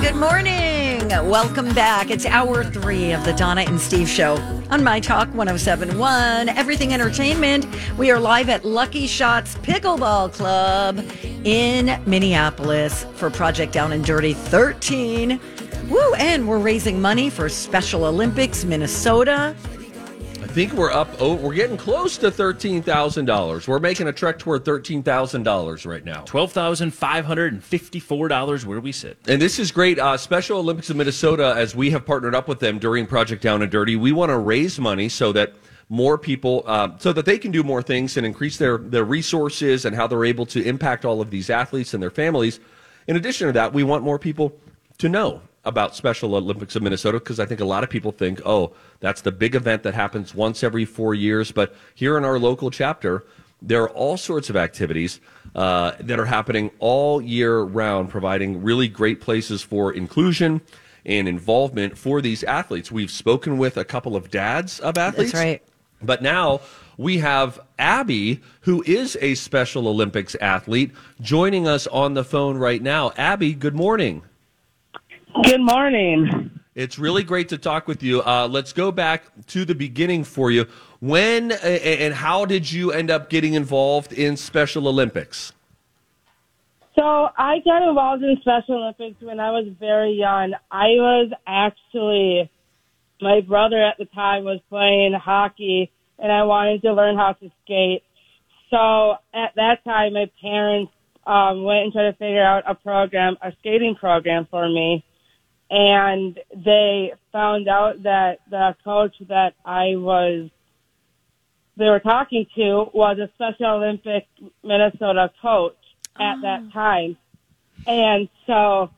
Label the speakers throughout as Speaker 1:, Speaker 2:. Speaker 1: Good morning. Welcome back. It's hour three of the Donna and Steve show on My Talk 1071, Everything Entertainment. We are live at Lucky Shots Pickleball Club in Minneapolis for Project Down and Dirty 13. Woo, and we're raising money for Special Olympics Minnesota.
Speaker 2: I think we're up. Oh, we're getting close to thirteen thousand dollars. We're making a trek toward thirteen thousand dollars right now.
Speaker 3: $12,554 where we sit.
Speaker 2: And this is great. Uh, Special Olympics of Minnesota, as we have partnered up with them during Project Down and Dirty, we want to raise money so that more people, uh, so that they can do more things and increase their their resources and how they're able to impact all of these athletes and their families. In addition to that, we want more people to know about Special Olympics of Minnesota because I think a lot of people think, oh, that's the big event that happens once every four years. But here in our local chapter, there are all sorts of activities uh, that are happening all year round, providing really great places for inclusion and involvement for these athletes. We've spoken with a couple of dads of athletes.
Speaker 1: right.
Speaker 2: But now we have Abby, who is a Special Olympics athlete, joining us on the phone right now. Abby, good morning.
Speaker 4: Good morning.
Speaker 2: It's really great to talk with you. Uh, let's go back to the beginning for you. When a- a- and how did you end up getting involved in Special Olympics?
Speaker 4: So I got involved in Special Olympics when I was very young. I was actually, my brother at the time was playing hockey and I wanted to learn how to skate. So at that time, my parents um, went and tried to figure out a program, a skating program for me. And they found out that the coach that I was they were talking to was a Special Olympic Minnesota coach at
Speaker 2: Ah.
Speaker 4: that time. And so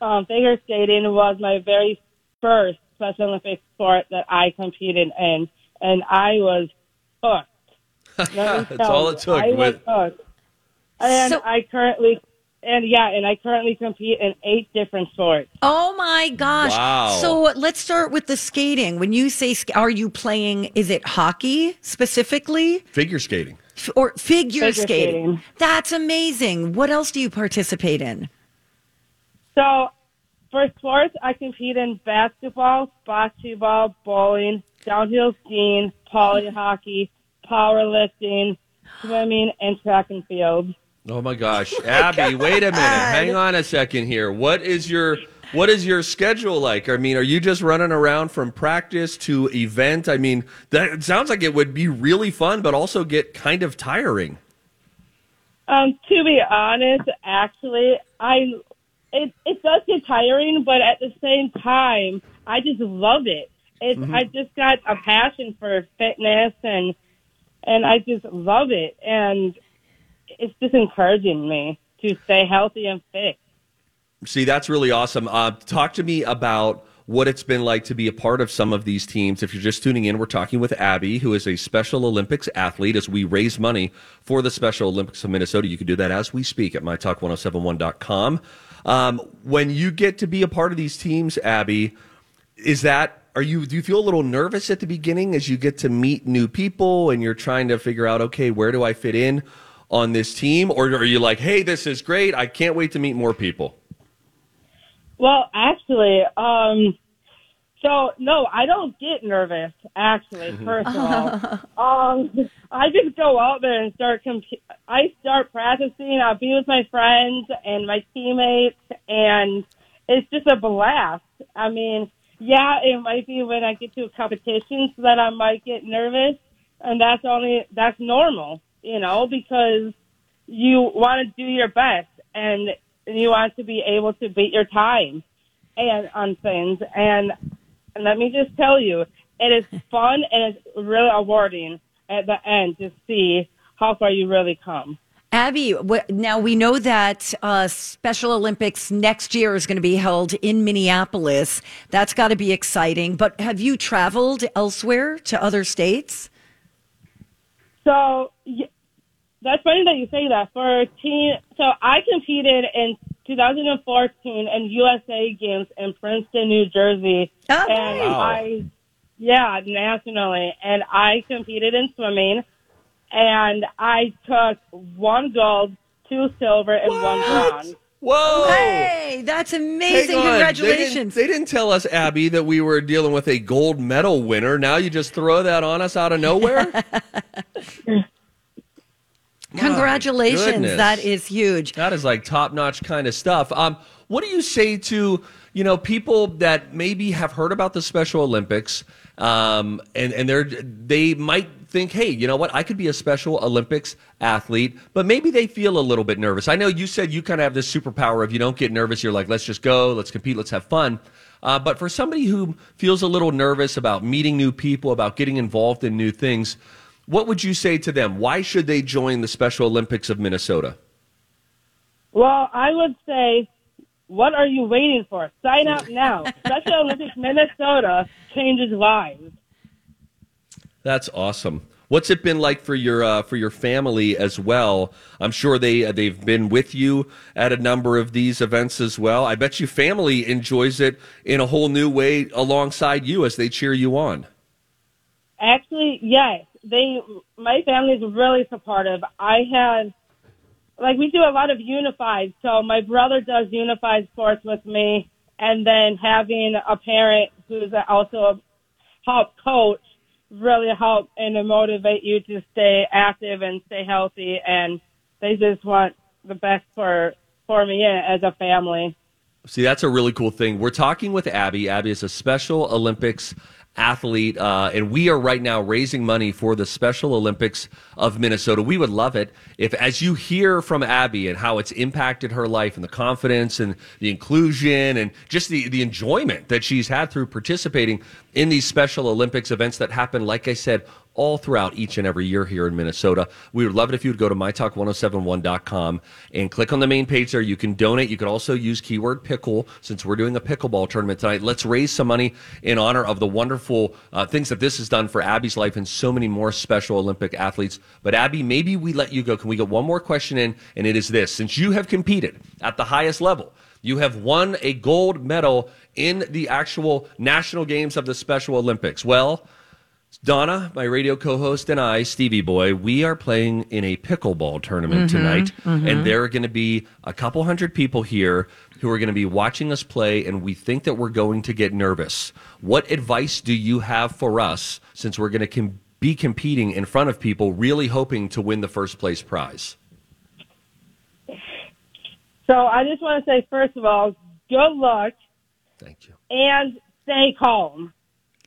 Speaker 4: um, figure skating was my very first Special Olympic sport that I competed in, and I was hooked. Let
Speaker 2: That's
Speaker 4: me tell
Speaker 2: all
Speaker 4: you,
Speaker 2: it took.
Speaker 4: I was
Speaker 2: With,
Speaker 4: hooked. And
Speaker 1: So-
Speaker 4: I currently, and yeah, and I currently compete in eight different sports.
Speaker 1: Oh my gosh.
Speaker 2: Wow.
Speaker 1: So let's start with the skating. When you say, sk- are you playing, is it hockey specifically?
Speaker 2: figure skating.
Speaker 1: F- or figure,
Speaker 4: Figure
Speaker 1: skating.
Speaker 4: skating.
Speaker 1: That's amazing. What else do you participate in?
Speaker 4: So for sports, I compete in basketball, bocce ball, bowling, downhill skiing, poly hockey, powerlifting, swimming, and track and field.
Speaker 2: Oh my gosh, Abby, wait a minute. Hang on a second here. What is your what is your schedule like? I mean, are you just running around from practice to event? I mean, that it sounds like it would be really fun, but also get kind of tiring.
Speaker 4: Um, to be honest, actually, I it it does get tiring, but at the same time, I just love it. It's I just got a passion for fitness and and I just love it, and it's just encouraging me to stay healthy and fit.
Speaker 2: See, that's really awesome. Uh, talk to me about what it's been like to be a part of some of these teams. If you're just tuning in, we're talking with Abby, who is a Special Olympics athlete, as we raise money for the Special Olympics of Minnesota. You can do that as we speak at mytalk1071.com. Um, when you get to be a part of these teams, Abby, is that are you do you feel a little nervous at the beginning as you get to meet new people and you're trying to figure out okay where do i fit in on this team or are you like hey this is great i can't wait to meet more people
Speaker 4: Well, actually, um, so no, I don't get nervous. Actually, first of all, um, I just go out there and start. Comp- I start practicing. I'll be with my friends and my teammates, and it's just a blast. I mean, yeah, it might be when I get to a competition that I might get nervous, and that's only that's normal, you know, because you want to do your best and you want to be able to beat your time and on things and let me just tell you it is fun and it's really rewarding at the end to see how far you really come
Speaker 1: Abby, what, now we know that uh, Special Olympics next year is going to be held in Minneapolis. That's got to be exciting. But have you traveled elsewhere to other states?
Speaker 4: So y- that's funny that you say that. For teen, so I competed in 2014 in USA Games in Princeton, New Jersey,
Speaker 2: Uh,
Speaker 1: Oh,
Speaker 4: and
Speaker 1: nice.
Speaker 4: I, yeah, nationally, and I competed in swimming, and I took one gold, two silver, and one bronze.
Speaker 2: Whoa!
Speaker 1: Hey, that's amazing.
Speaker 2: oh. Hang on.
Speaker 1: Congratulations.
Speaker 2: They didn't, they didn't tell us, Abby, that we were dealing with a gold medal winner. Now you just throw that on us out of nowhere?
Speaker 1: Congratulations.
Speaker 2: goodness.
Speaker 1: That is huge.
Speaker 2: That is like top notch kind of stuff. Um, what do you say to you know people that maybe have heard about the Special Olympics, um, and and they're they might think, hey, you know what, I could be a Special Olympics athlete, but maybe they feel a little bit nervous. I know you said you kind of have this superpower of you don't get nervous. You're like, let's just go, let's compete, let's have fun. Uh, but for somebody who feels a little nervous about meeting new people, about getting involved in new things, what would you say to them? Why should they join the Special Olympics of Minnesota?
Speaker 4: Well, I would say, what are you waiting for? Sign up now. Special Olympics Minnesota changes lives.
Speaker 2: That's awesome. What's it been like for your uh, for your family as well? I'm sure they uh, they've been with you at a number of these events as well. I bet you family enjoys it in a whole new way alongside you as they cheer you on.
Speaker 4: Actually, yes. They, my family's really supportive. I had, like, we do a lot of unified. So my brother does unified sports with me, and then having a parent who's also a help coach really help and motivate you to stay active and stay healthy. And they just want the best for for me and as a family.
Speaker 2: See, that's a really cool thing. We're talking with Abby. Abby is a Special Olympics athlete, uh, and we are right now raising money for the Special Olympics of Minnesota. We would love it if, as you hear from Abby and how it's impacted her life and the confidence and the inclusion and just the, the enjoyment that she's had through participating in these Special Olympics events that happen, like I said, all throughout each and every year here in Minnesota. We would love it if you would go to mytalk1071.com and click on the main page there. You can donate. You can also use keyword pickle since we're doing a pickleball tournament tonight. Let's raise some money in honor of the wonderful uh, things that this has done for Abby's life and so many more special Olympic athletes. But Abby, maybe we let you go. Can we get one more question in? And it is this since you have competed at the highest level, you have won a gold medal in the actual national games of the Special Olympics. Well, Donna, my radio co-host, and I, Stevie Boy, we are playing in a pickleball tournament tonight, and there are going to be a couple hundred people here who are going to be watching us play, and we think that we're going to get nervous. What advice do you have for us since we're going to com- be competing in front of people, really hoping to win the first place prize?
Speaker 4: So I just want to say, first of all, good luck
Speaker 2: Thank you.
Speaker 4: and stay calm.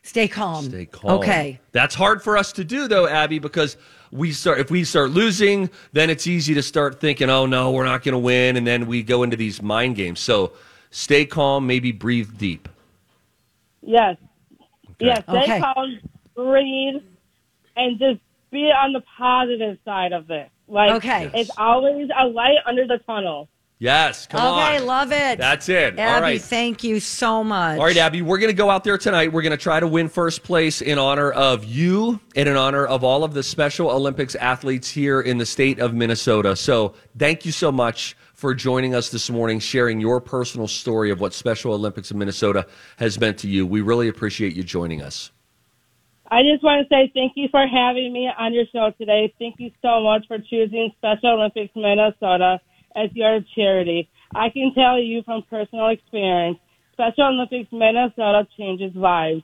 Speaker 1: Stay calm.
Speaker 2: Stay calm.
Speaker 1: Um, Okay.
Speaker 2: That's hard for us to do though, Abby, because we start if we start losing, then it's easy to start thinking, "Oh no, we're not going to win," and then we go into these mind games. So, stay calm, maybe breathe deep.
Speaker 4: Yes. Yes, stay
Speaker 1: Okay.
Speaker 4: calm, breathe, and just be on the positive side of this. Like,
Speaker 1: Okay.
Speaker 4: it's always a light under the tunnel.
Speaker 2: Yes, come on.
Speaker 1: okay, love it.
Speaker 2: That's it.
Speaker 1: Abby,
Speaker 2: All right.
Speaker 1: thank you so much.
Speaker 2: All right, Abby, we're going to go out there tonight. We're going to try to win first place in honor of you and in honor of all of the Special Olympics athletes here in the state of Minnesota. So, thank you so much for joining us this morning, sharing your personal story of what Special Olympics of Minnesota has meant to you. We really appreciate you joining us.
Speaker 4: I just want to say thank you for having me on your show today. Thank you so much for choosing Special Olympics Minnesota as your charity. I can tell you from personal experience, Special Olympics Minnesota changes lives.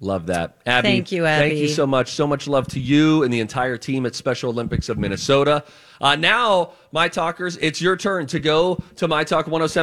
Speaker 2: Love that. Abby.
Speaker 1: Thank you, Abby.
Speaker 2: Thank you so much. So much love to you and the entire team at Special Olympics of Minnesota. Uh, now, My Talkers, it's your turn to go to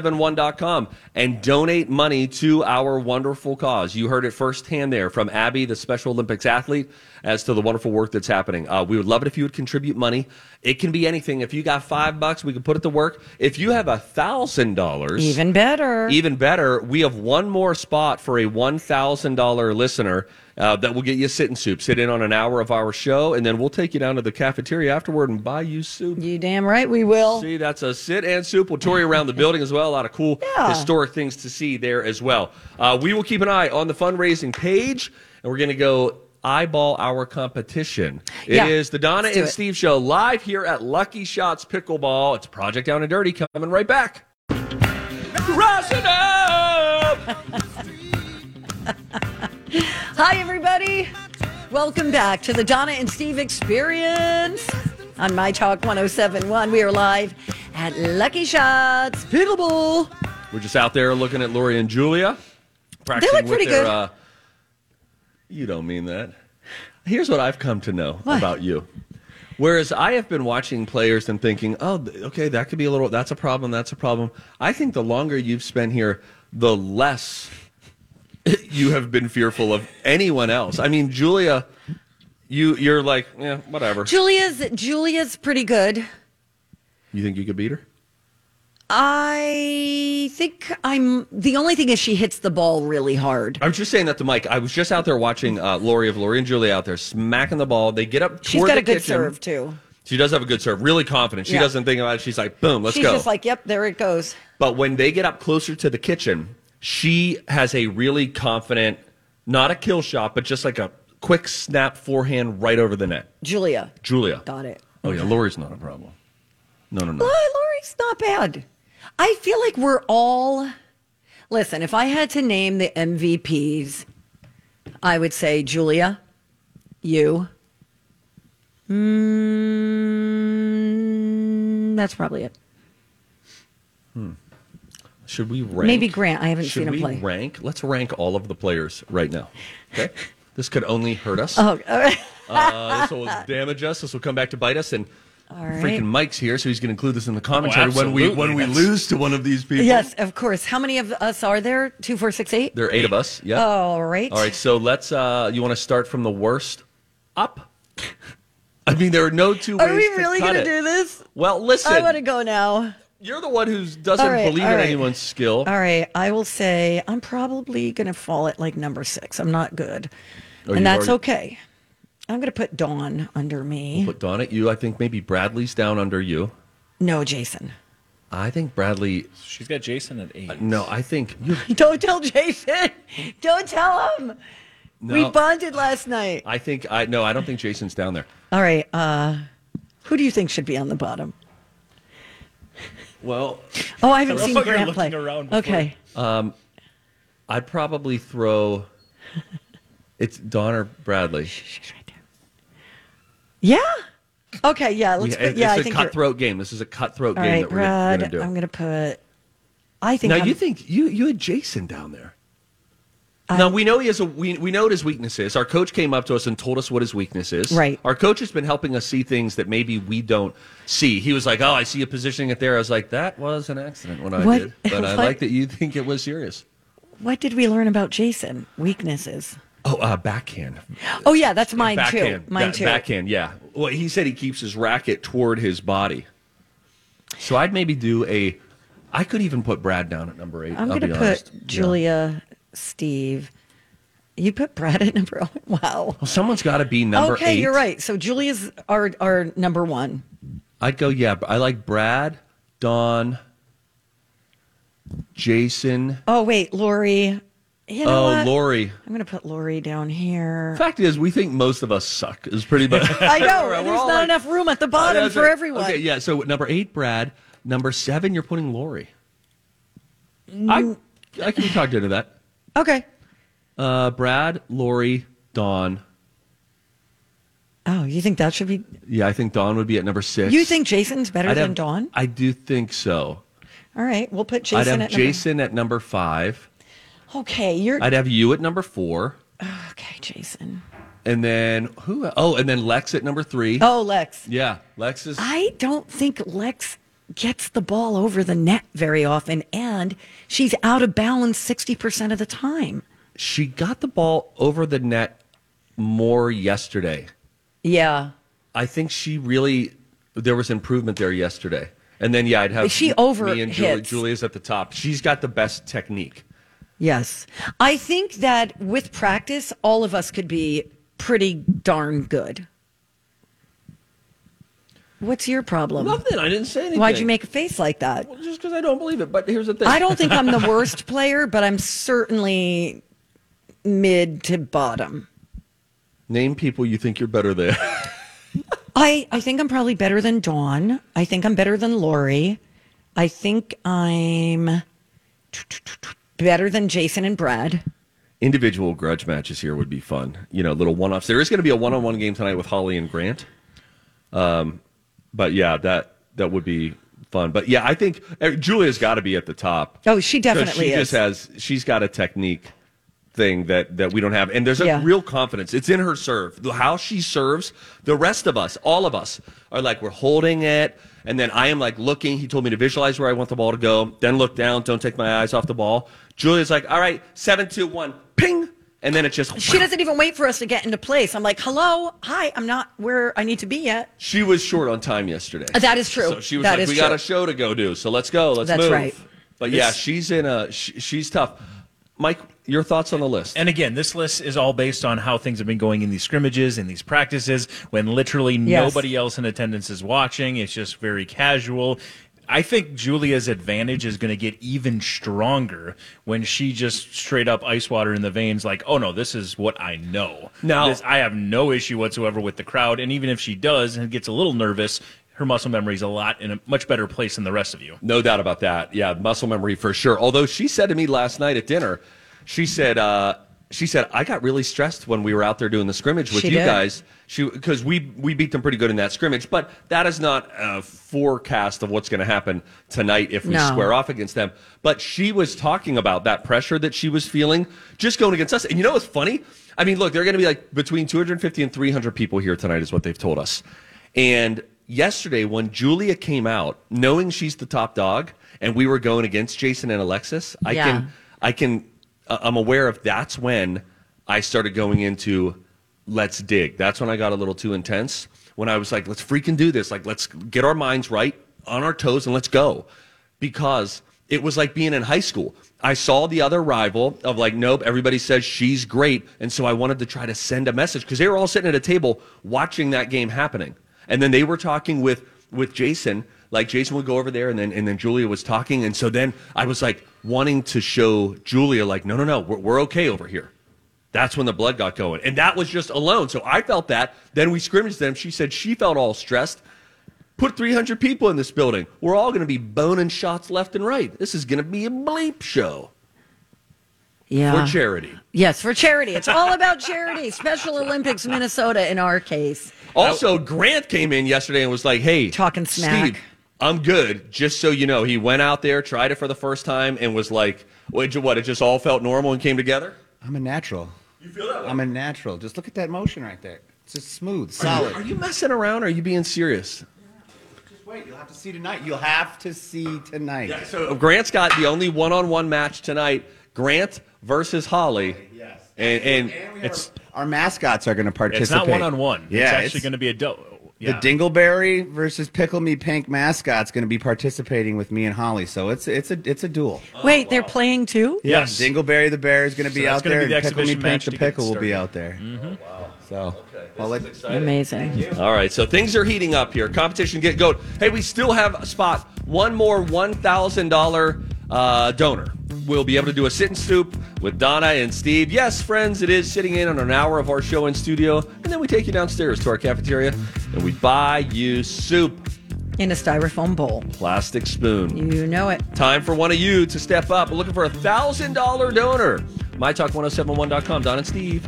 Speaker 2: MyTalk1071.com and donate money to our wonderful cause. You heard it firsthand there from Abby, the Special Olympics athlete, as to the wonderful work that's happening. Uh, we would love it if you would contribute money. It can be anything. If you got five bucks, we can put it to work. If you have a thousand dollars,
Speaker 1: Even better.
Speaker 2: even better, we have one more spot for a $1,000 listener uh, that will get you sit in soup. Sit in on an hour of our show, and then we'll take you down to the cafeteria afterward and buy you soup.
Speaker 1: you damn right we will.
Speaker 2: See, that's a sit and soup. We'll tour you around the building as well. A lot of cool
Speaker 1: Yeah.
Speaker 2: historic things to see there as well. Uh, we will keep an eye on the fundraising page, and we're going to go eyeball our competition. It is
Speaker 1: Yeah.
Speaker 2: the Donna
Speaker 1: Let's do
Speaker 2: and
Speaker 1: it.
Speaker 2: Steve show live here at Lucky Shots Pickleball. It's Project Down and Dirty coming right back. Rise it up!
Speaker 1: Hi, everybody. Welcome back to the oh Donna and Steve Experience on My Talk 1071. We are live at Lucky Shots Pickleball.
Speaker 2: We're just out there looking at Lori and Julia. Practicing
Speaker 1: look
Speaker 2: with
Speaker 1: pretty
Speaker 2: their,
Speaker 1: good.
Speaker 2: Uh, you don't mean that. Here's what I've come to know
Speaker 1: What?
Speaker 2: about you. Whereas I have been watching players and thinking, oh, th- okay, that could be a little, that's a problem, that's a problem. I think the longer you've spent here, the less you have been fearful of anyone else. I mean, Julia, you, you're like, yeah, whatever.
Speaker 1: Julia's Julia's pretty good.
Speaker 2: You think you could beat her?
Speaker 1: I think I'm the only thing is she hits the ball really hard.
Speaker 2: I'm just saying that to Mike. I was just out there watching uh, Lori of Lori and Julia out there smacking the ball. They get up.
Speaker 1: She's
Speaker 2: toward
Speaker 1: got
Speaker 2: the
Speaker 1: a good
Speaker 2: kitchen.
Speaker 1: serve too.
Speaker 2: She does have a good serve. Really confident. She
Speaker 1: Yeah.
Speaker 2: doesn't think about it. She's like, boom, let's
Speaker 1: She's
Speaker 2: go.
Speaker 1: just like, yep, there it goes.
Speaker 2: but when they get up closer to the kitchen, she has a really confident, not a kill shot, but just like a quick snap forehand right over the net.
Speaker 1: Julia.
Speaker 2: Julia.
Speaker 1: Got it.
Speaker 2: Oh yeah, Lori's not a problem. No, no, no.
Speaker 1: Well, Lori's not bad. I feel like we're all. Listen, if I had to name the MVPs, I would say Julia, you. Mm, that's probably it.
Speaker 2: Should we rank?
Speaker 1: Maybe Grant. I haven't
Speaker 2: Should
Speaker 1: seen him
Speaker 2: we
Speaker 1: play.
Speaker 2: Rank. Let's rank all of the players right now. Okay. this could only hurt us.
Speaker 1: Oh, all right.
Speaker 2: Uh, this will damage us. This will come back to bite us. And
Speaker 1: right.
Speaker 2: freaking Mike's here, so he's going to include this in the commentary when we
Speaker 3: absolutely.
Speaker 2: when we
Speaker 3: That's-
Speaker 2: lose to one of these people.
Speaker 1: yes, of course. How many of us are there? Two, four, six, eight.
Speaker 2: there are eight of us. Yeah.
Speaker 1: All right.
Speaker 2: All right. So let's. Uh, you want to start from the worst up? I mean, there are no two ways.
Speaker 1: Are we really
Speaker 2: going
Speaker 1: going to do this?
Speaker 2: Well, listen.
Speaker 1: I want to go now.
Speaker 2: You're the one who doesn't
Speaker 1: All right,
Speaker 2: believe
Speaker 1: all
Speaker 2: in
Speaker 1: right.
Speaker 2: anyone's skill.
Speaker 1: All right, I will say I'm probably going to fall at like number six. I'm not good,
Speaker 2: Oh, you've
Speaker 1: and that's
Speaker 2: already-
Speaker 1: okay. I'm going to put Dawn under me.
Speaker 2: Put Dawn at you. I think maybe Bradley's down under you.
Speaker 1: No, Jason.
Speaker 2: I think Bradley.
Speaker 3: She's got Jason at eight.
Speaker 2: Uh, No, I think you.
Speaker 1: Don't tell Jason. Don't tell him. We
Speaker 2: No.
Speaker 1: bonded last night.
Speaker 2: I think I no. I don't think Jason's down there.
Speaker 1: All right. Uh, who do you think should be on the bottom?
Speaker 2: Well,
Speaker 1: Oh, I haven't
Speaker 3: I love
Speaker 1: seen
Speaker 3: how you're
Speaker 1: Grant play.
Speaker 3: looking around before-
Speaker 1: okay.
Speaker 2: I'd probably throw. It's Don or Bradley.
Speaker 1: She's right there. Yeah. Okay. Yeah. Let's.
Speaker 2: Yeah,
Speaker 1: put,
Speaker 2: it's
Speaker 1: yeah I
Speaker 2: a
Speaker 1: think you're-
Speaker 2: cutthroat game. This is a cutthroat
Speaker 1: All
Speaker 2: game
Speaker 1: right,
Speaker 2: that we're gonna-
Speaker 1: Brad.
Speaker 2: gonna do.
Speaker 1: I'm going to put. I think.
Speaker 2: now
Speaker 1: I'm-
Speaker 2: you think you you had Jason down there. now we know he has a we we know what his weakness is. Our coach came up to us and told us what his weakness is.
Speaker 1: Right.
Speaker 2: Our coach has been helping us see things that maybe we don't see. He was like, "Oh, I see you positioning it there." I was like, "That was an accident when I
Speaker 1: What-
Speaker 2: did," but I
Speaker 1: what?
Speaker 2: like that you think it was serious.
Speaker 1: What did we learn about Jason? Weaknesses.
Speaker 2: Oh, uh, backhand.
Speaker 1: Oh yeah, that's mine too. Mine
Speaker 2: Ba-
Speaker 1: too.
Speaker 2: Backhand, yeah. Well, he said he keeps his racket toward his body. So I'd maybe do a. I could even put Brad down at number 8
Speaker 1: I'm
Speaker 2: I'll
Speaker 1: gonna
Speaker 2: be
Speaker 1: put
Speaker 2: honest. Yeah.
Speaker 1: Julia, Steve. You put Brad at number one. Wow.
Speaker 2: Well, someone's got to be number
Speaker 1: okay,
Speaker 2: eight.
Speaker 1: you're right. So Julia's our our number one.
Speaker 2: I'd go. Yeah, I like Brad, Don, Jason.
Speaker 1: Oh wait, Lori. You know
Speaker 2: Oh,
Speaker 1: what?
Speaker 2: Lori.
Speaker 1: I'm gonna put Lori down here.
Speaker 2: Fact is, we think most of us suck. Is pretty much.
Speaker 1: I know.
Speaker 2: We're
Speaker 1: there's
Speaker 2: all
Speaker 1: not
Speaker 2: like-
Speaker 1: enough room at the bottom
Speaker 2: Yeah,
Speaker 1: for
Speaker 2: so-
Speaker 1: everyone.
Speaker 2: Okay, yeah. So number eight, Brad. Number seven, you're putting Lori.
Speaker 1: Mm.
Speaker 2: I I can be talked into that.
Speaker 1: Okay.
Speaker 2: Uh, Brad, Lori, Dawn.
Speaker 1: Oh, you think that should be?
Speaker 2: Yeah, I think Dawn would be at number six.
Speaker 1: You think Jason's better
Speaker 2: I'd
Speaker 1: than
Speaker 2: have-
Speaker 1: Dawn?
Speaker 2: I do think so.
Speaker 1: All right, we'll put Jason at
Speaker 2: I'd have
Speaker 1: number.
Speaker 2: Jason at number five.
Speaker 1: Okay, you're
Speaker 2: I'd have you at number four,
Speaker 1: okay, Jason.
Speaker 2: and then who? Oh, and then Lex at number three.
Speaker 1: Oh, Lex.
Speaker 2: Yeah, Lex is.
Speaker 1: I don't think Lex gets the ball over the net very often, and she's out of balance 60% of the time.
Speaker 2: she got the ball over the net more yesterday.
Speaker 1: Yeah.
Speaker 2: I think she really there was improvement there yesterday. And then yeah, I'd have
Speaker 1: She over
Speaker 2: me and Julie,
Speaker 1: hits.
Speaker 2: Julia's at the top. She's got the best technique.
Speaker 1: Yes. I think that with practice, all of us could be pretty darn good. What's your problem?
Speaker 2: Nothing. I didn't say anything.
Speaker 1: Why'd you make a face like that?
Speaker 2: Well, just because I don't believe it? But here's the thing.
Speaker 1: I don't think I'm the worst player, but I'm certainly mid to bottom.
Speaker 2: name people you think you're better than.
Speaker 1: I, I think I'm probably better than Dawn. I think I'm better than Lori. I think I'm better than Jason and Brad.
Speaker 2: Individual grudge matches here would be fun. You know, little one offs. There is going to be a one on one game tonight with Holly and Grant. Um, but yeah, that that would be fun. But yeah, I think uh, Julia's got to be at the top.
Speaker 1: Oh, she
Speaker 2: 'Cause
Speaker 1: definitely
Speaker 2: she
Speaker 1: is.
Speaker 2: just has she's got a technique thing that that we don't have, and there's a
Speaker 1: Yeah.
Speaker 2: real confidence. It's in her serve, The- how she serves. The rest of us, all of us, are like we're holding it, and then I am like looking. He told me to visualize where I want the ball to go, then look down. Don't take my eyes off the ball. Julia's like, all right, seven, two, one, ping, and then it just
Speaker 1: she doesn't even wait for us to get into place. I'm like, hello, hi, I'm not where I need to be yet.
Speaker 2: She was short on time yesterday.
Speaker 1: Uh, that is true.
Speaker 2: So she was
Speaker 1: That
Speaker 2: like,
Speaker 1: is
Speaker 2: "We got
Speaker 1: true.
Speaker 2: a show to go do, so let's go. Let's
Speaker 1: That's
Speaker 2: move."
Speaker 1: right.
Speaker 2: But yeah,
Speaker 3: This-
Speaker 2: she's in a. She, she's tough. Mike, your thoughts on the list?
Speaker 3: And again, this list is all based on how things have been going in these scrimmages and these practices when literally
Speaker 1: Yes.
Speaker 3: nobody else in attendance is watching. It's just very casual. I think Julia's advantage is going to get even stronger when she just straight up ice water in the veins, like, oh no, this is what I know.
Speaker 2: Now-
Speaker 3: This- I have no issue whatsoever with the crowd. And even if she does and gets a little nervous, her muscle memory is a lot in a much better place than the rest of you.
Speaker 2: no doubt about that. Yeah, muscle memory for sure. Although she said to me last night at dinner, she said, uh, she said I got really stressed when we were out there doing the scrimmage with
Speaker 1: She
Speaker 2: you
Speaker 1: did.
Speaker 2: guys. She because we we beat them pretty good in that scrimmage, but that is not a forecast of what's going to happen tonight if we
Speaker 1: No.
Speaker 2: square off against them. But she was talking about that pressure that she was feeling just going against us. And you know what's funny? I mean, look, they're going to be like between 250 and 300 people here tonight, is what they've told us. And yesterday, when Julia came out, knowing she's the top dog, and we were going against Jason and Alexis, I
Speaker 1: Yeah.
Speaker 2: can, I can, uh, I'm aware of that's when I started going into let's dig. That's when I got a little too intense. When I was like, let's freaking do this. Like, let's get our minds right on our toes and let's go. Because it was like being in high school. I saw the other rival of like, nope, everybody says she's great. And so I wanted to try to send a message because they were all sitting at a table watching that game happening. And then they were talking with, with Jason. Like Jason would go over there and then, and then Julia was talking. And so then I was like wanting to show Julia, like, no, no, no, we're, we're okay over here. That's when the blood got going. And that was just alone. So I felt that. Then we scrimmaged them. She said she felt all stressed. Put 300 people in this building. We're all going to be boning shots left and right. This is going to be a bleep show
Speaker 1: Yeah.
Speaker 2: for charity.
Speaker 1: Yes, for charity. It's all about charity. Special Olympics Minnesota in our case.
Speaker 2: Also, Grant came in yesterday and was like, hey,
Speaker 1: Talking smack.
Speaker 2: Steve, I'm good. Just so you know, he went out there, tried it for the first time, and was like, what, what it just all felt normal and came together?
Speaker 5: I'm a natural. You feel that? I'm a natural. Just look at that motion right there. It's just smooth, solid.
Speaker 2: Are you messing around or are you being serious?
Speaker 5: Just wait. You'll have to see tonight. You'll have to see tonight.
Speaker 2: So Grant's got the only one-on-one match tonight. Grant versus Holly. Yes. And, and
Speaker 5: it's our mascots are going to participate.
Speaker 3: It's not one on one.
Speaker 5: Yeah,
Speaker 3: It's actually
Speaker 5: it's-
Speaker 3: going to be a do-
Speaker 5: The
Speaker 3: yeah.
Speaker 5: Dingleberry versus Pickle Me Pink mascot's going to be participating with me and Holly. So it's it's a it's a duel.
Speaker 1: Wait, they're playing too?
Speaker 3: Yes.
Speaker 5: Dingleberry the bear is going to be
Speaker 3: So that's
Speaker 5: out
Speaker 3: gonna
Speaker 5: there,
Speaker 3: be the
Speaker 5: and Pickle Me
Speaker 3: exhibition
Speaker 5: Pink
Speaker 3: match
Speaker 5: the
Speaker 3: to get
Speaker 5: pickle will be
Speaker 3: started. Mm-hmm.
Speaker 5: out there. Oh, wow. So I'll let-
Speaker 1: Amazing.
Speaker 2: all right, so things are heating up here. Competition get going. Hey, we still have a spot. One more $1,000 uh, donor. We'll be able to do a sit and stoop with Donna and Steve. Yes, friends, it is sitting in on an hour of our show in studio, and then we take you downstairs to our cafeteria and we buy you soup,
Speaker 1: In a styrofoam bowl.
Speaker 2: plastic spoon.
Speaker 1: You know it.
Speaker 2: Time for one of you to step up. We're looking for a thousand dollar donor. MyTalk1071.com. Don and Steve.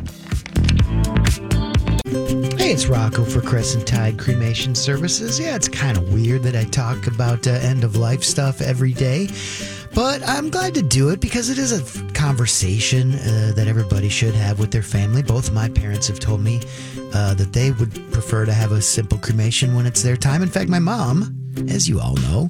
Speaker 6: Hey, it's Rocco for Crescent Tide Cremation Services. Yeah, it's kind of weird that I talk about uh, end of life stuff every day, but I'm glad to do it because it is a th- conversation uh, that everybody should have with their family. Both my parents have told me uh, that they would prefer to have a simple cremation when it's their time. In fact, my mom as you all know,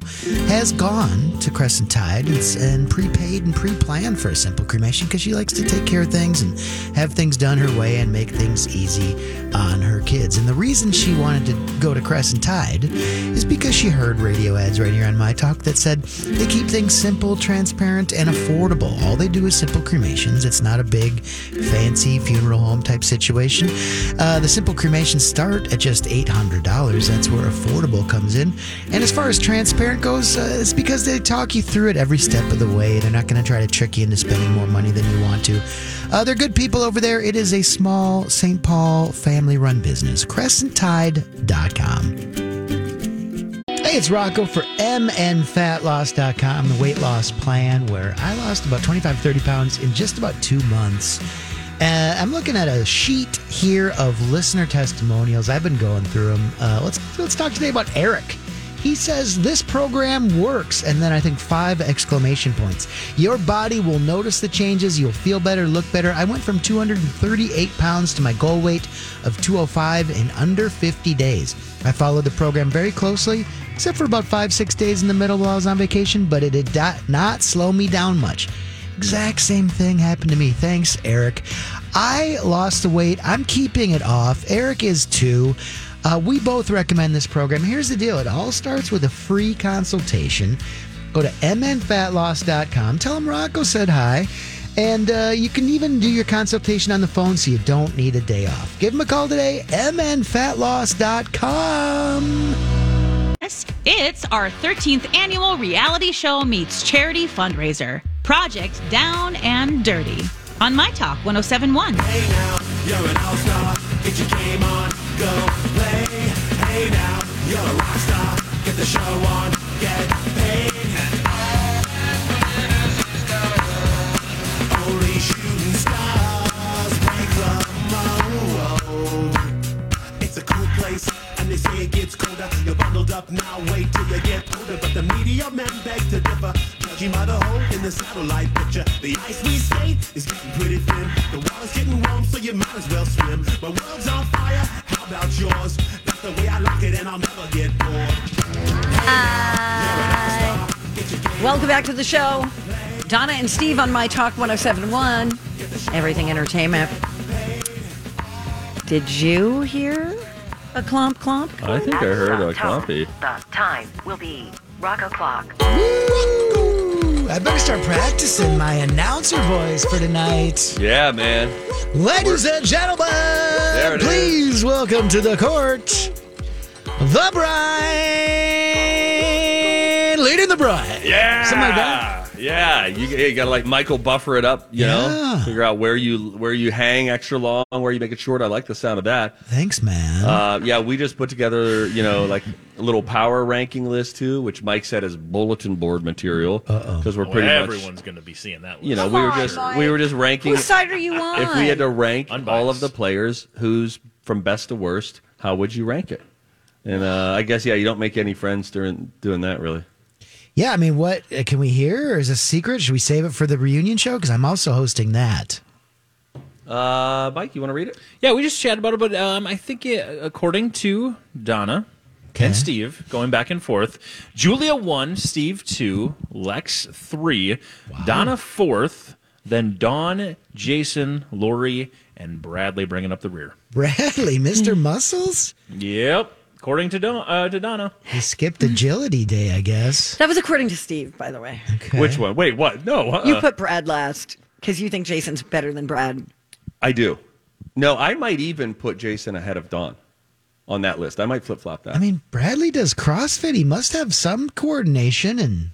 Speaker 6: has gone to Crescent Tide and, and prepaid and pre-planned for a simple cremation because she likes to take care of things and have things done her way and make things easy on her kids. And the reason she wanted to go to Crescent Tide is because she heard radio ads right here on My Talk that said they keep things simple, transparent, and affordable. All they do is simple cremations. It's not a big, fancy funeral home type situation. Uh, the simple cremations start at just $800. That's where affordable comes in. And as far as transparent goes, uh, it's because they talk you through it every step of the way. They're not going to try to trick you into spending more money than you want to. Uh, they're good people over there. It is a small St. Paul family run business. CrescentTide.com. Hey, it's Rocco for MNFatLoss.com, the weight loss plan where I lost about 25, 30 pounds in just about two months. Uh, I'm looking at a sheet here of listener testimonials. I've been going through them. Uh, let's let's talk today about Eric. He says, This program works. And then I think five exclamation points. Your body will notice the changes. You'll feel better, look better. I went from 238 pounds to my goal weight of 205 in under 50 days. I followed the program very closely, except for about five, six days in the middle while I was on vacation, but it did not- not slow me down much. Exact same thing happened to me. Thanks, Eric. I lost the weight. I'm keeping it off. Eric is too. Uh, we both recommend this program. Here's the deal it all starts with a free consultation. Go to mnfatloss.com. Tell them Rocco said hi. And uh, you can even do your consultation on the phone so you don't need a day off. Give them a call today, mnfatloss.com.
Speaker 7: Yes, It's our 13th annual reality show meets charity fundraiser, Project Down and Dirty, on My Talk 1071.
Speaker 8: It's a cool place, and they say it gets colder. You're bundled up now, wait till you get older. But the media men beg to differ, judging by the hole in the satellite picture. The ice we skate is getting pretty thin. The water's getting warm, so you might as well swim. My world's on fire, how about yours? That's the way I like it, and I'll never get bored.
Speaker 1: Welcome back to the show. Donna and Steve on My Talk 1071, Everything Entertainment. Did you hear a clomp clomp?
Speaker 2: I think I heard a copy.
Speaker 9: The time will be rock o'clock.
Speaker 6: Ooh, I better start practicing my announcer voice for tonight.
Speaker 2: Yeah, man.
Speaker 6: Ladies and gentlemen,
Speaker 2: it
Speaker 6: please welcome to the court the bride, leading the bride.
Speaker 2: Yeah.
Speaker 6: Something like that.
Speaker 2: Yeah, you, you gotta like Michael buffer it up, you know.
Speaker 6: Yeah.
Speaker 2: Figure out where you where you hang extra long, where you make it short. I like the sound of that.
Speaker 6: Thanks, man.
Speaker 2: Uh, yeah, we just put together, you know, like a little power ranking list too, which Mike said is bulletin board material because we're pretty much,
Speaker 3: everyone's going to be seeing that.
Speaker 2: you know,
Speaker 1: Come
Speaker 2: we were
Speaker 1: on,
Speaker 2: just
Speaker 1: Mike.
Speaker 2: we were just ranking.
Speaker 1: Whose side are you on?
Speaker 2: If we had to rank all of
Speaker 3: Unbiased.
Speaker 2: the players, who's from best to worst, how would you rank it? And uh, I guess yeah, you don't make any friends during doing that really.
Speaker 6: yeah, I mean, what uh, can we hear? Or is it a secret? Should we save it for the reunion show? Because I'm also hosting that.
Speaker 2: Uh, Mike, you want to read it?
Speaker 3: Yeah, we just chatted about it, but um, I think it, according to Donna
Speaker 6: Okay.
Speaker 3: and Steve, going back and forth, Julia one, Steve two, Lex three, Donna fourth, then Dawn, Jason, Lori, and Bradley bringing up the rear.
Speaker 6: Bradley, Mr. Muscles?
Speaker 3: Yep, according to Don, uh, to Donna.
Speaker 6: He skipped agility day, I guess.
Speaker 1: That was according to Steve, by the way.
Speaker 2: Which one? Wait, what? No, uh,
Speaker 1: You put Brad last because you think Jason's better than Brad.
Speaker 2: I do. No, I might even put Jason ahead of Don on that list. I might flip flop that.
Speaker 6: I mean, Bradley does CrossFit. He must have some coordination and.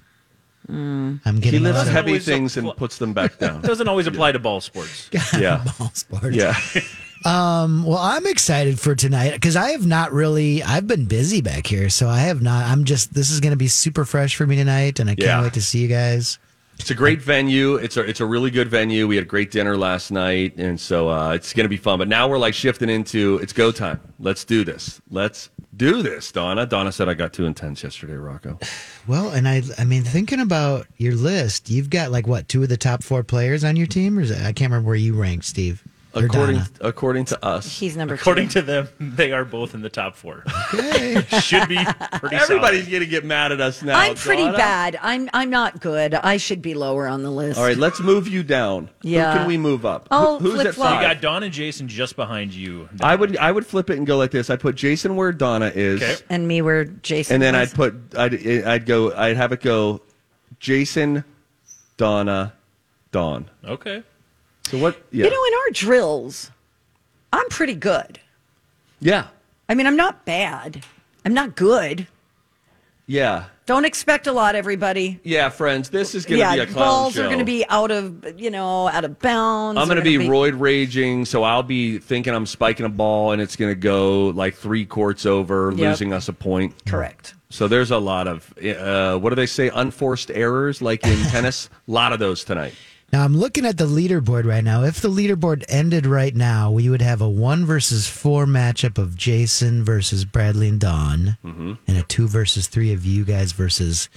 Speaker 6: I'm
Speaker 2: he
Speaker 6: getting a
Speaker 2: lifts
Speaker 6: lot of
Speaker 2: heavy
Speaker 3: always a
Speaker 2: things
Speaker 3: fl-
Speaker 2: and puts them back down.
Speaker 3: Doesn't always apply to ball sports.
Speaker 2: yeah,
Speaker 6: ball sports.
Speaker 2: yeah.
Speaker 6: Um, Well, I'm excited for tonight because I have not really. I've been busy back here, so I have not. I'm just. This is going to be super fresh for me tonight, and I can't
Speaker 2: Yeah.
Speaker 6: wait to see you guys.
Speaker 2: It's a great venue. It's a it's a really good venue. We had a great dinner last night, and so uh, it's going to be fun. But now we're like shifting into it's go time. Let's do this. Let's do this, Donna. Donna said I got two and tens yesterday, Rocco.
Speaker 6: Well, and I. I mean, thinking about your list, you've got like what two of the top four players on your team, or is it, I can't remember where you ranked, Steve. Or
Speaker 2: According
Speaker 6: Donna.
Speaker 2: according to us,
Speaker 1: He's number
Speaker 3: According
Speaker 1: two.
Speaker 3: to them, they are both in the top four.
Speaker 6: Okay.
Speaker 3: Should be pretty.
Speaker 2: everybody's
Speaker 3: solid.
Speaker 2: going to get mad at us now.
Speaker 1: I'm pretty
Speaker 2: Donna.
Speaker 1: bad. I'm I'm not good. I should be lower on the list.
Speaker 2: All right, let's move you down.
Speaker 1: Yeah.
Speaker 2: Who can we move up?
Speaker 1: Oh,
Speaker 2: Who- who's at
Speaker 1: flip-flop.
Speaker 2: five?
Speaker 3: You got Don and Jason just behind you.
Speaker 2: I would I would flip it and go like this. I'd put Jason where Donna is,
Speaker 3: Okay.
Speaker 1: And me where Jason
Speaker 2: and then I'd
Speaker 1: was.
Speaker 2: put I'd I'd go I'd have it go Jason, Donna, Dawn.
Speaker 3: Okay.
Speaker 2: So what? Yeah.
Speaker 1: You know, in our drills, I'm pretty good.
Speaker 2: yeah.
Speaker 1: I mean, I'm not bad. I'm not good.
Speaker 2: Yeah.
Speaker 1: Don't expect a lot, everybody.
Speaker 2: Yeah, friends. This is going to
Speaker 1: yeah,
Speaker 2: be a clown
Speaker 1: balls
Speaker 2: show.
Speaker 1: are going to be out of you know out of bounds.
Speaker 2: I'm
Speaker 1: They're
Speaker 2: going to be
Speaker 1: gonna
Speaker 2: roid raging, so I'll be thinking I'm spiking a ball, and it's going to go like three courts over,
Speaker 1: Yep.
Speaker 2: losing us a point.
Speaker 1: Correct.
Speaker 2: So there's a lot of uh, what do they say? Unforced errors, like in tennis. A lot of those tonight.
Speaker 6: Now I'm looking at the leaderboard right now. If the leaderboard ended right now, we would have a one versus four matchup of Jason versus Bradley and Dawn,
Speaker 2: Mm-hmm.
Speaker 6: and a two versus three of you guys versus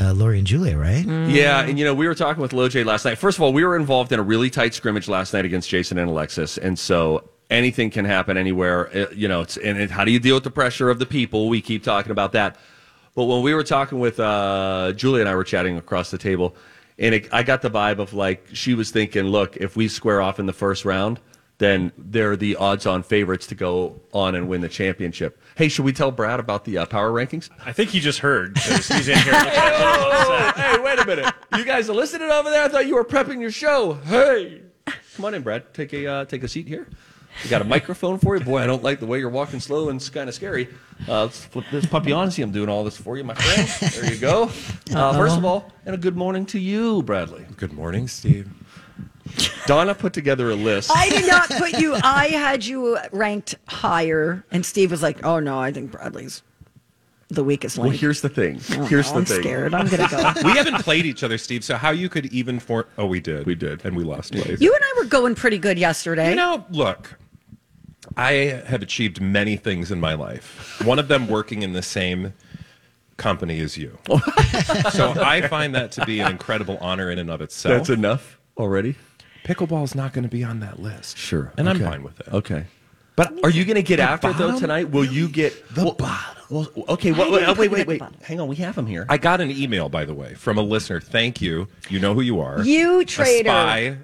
Speaker 6: uh, Lori and Julia, right?
Speaker 2: Yeah, and you know, we were talking with Loj last night. First of all, we were involved in a really tight scrimmage last night against Jason and Alexis, and so anything can happen anywhere. Uh, You know, it's and it, how do you deal with the pressure of the people? We keep talking about that. But when we were talking with uh, Julia and I were chatting across the table, and it, I got the vibe of like she was thinking, look, if we square off in the first round, then they're the odds-on favorites to go on and win the championship. Hey, should we tell Brad about the uh, power rankings?
Speaker 3: I think he just heard 'cause he's in here. looking at me all upset.
Speaker 2: hey, wait a minute. You guys are listening over there? I thought you were prepping your show. Hey. Come on in, Brad. Take a uh, take a seat here. We got a microphone for you. Boy, I don't like the way you're walking slow and it's kind of scary. Uh, let's flip this puppy on. See, I'm doing all this for you, my friend. There you go. Uh,
Speaker 1: Uh-huh.
Speaker 2: first of all, and a good morning to you, Bradley.
Speaker 10: Good morning, Steve.
Speaker 2: Donna put together a list.
Speaker 1: I did not put you. I had you ranked higher, and Steve was like, "Oh no, I think Bradley's the weakest
Speaker 2: Well,
Speaker 1: link."
Speaker 2: here's the thing.
Speaker 1: I don't know,
Speaker 2: Here's the
Speaker 1: I'm
Speaker 2: thing.
Speaker 1: scared. I'm gonna go.
Speaker 10: We haven't played each other, Steve. So how you could even form? Oh, we did. We did, and we lost place.
Speaker 1: You and I were going pretty good yesterday.
Speaker 10: You know, look, I have achieved many things in my life. One of them working in the same company as you. so I find that to be an incredible honor in and of itself.
Speaker 2: That's enough already.
Speaker 10: Pickleball's not going to be on that list.
Speaker 2: Sure.
Speaker 10: And
Speaker 2: Okay.
Speaker 10: I'm fine with it.
Speaker 2: Okay. But are you going to get after it though
Speaker 10: bottom?
Speaker 2: tonight? Will you get the bottom? Well, okay.
Speaker 1: didn't put
Speaker 2: Well, wait, wait,
Speaker 1: him at
Speaker 2: wait,
Speaker 1: the
Speaker 2: wait.
Speaker 1: bottom.
Speaker 2: Hang on. We have him here.
Speaker 10: I got an email, by the way, from a listener. Thank you. You know who you are.
Speaker 1: You traitor.
Speaker 10: A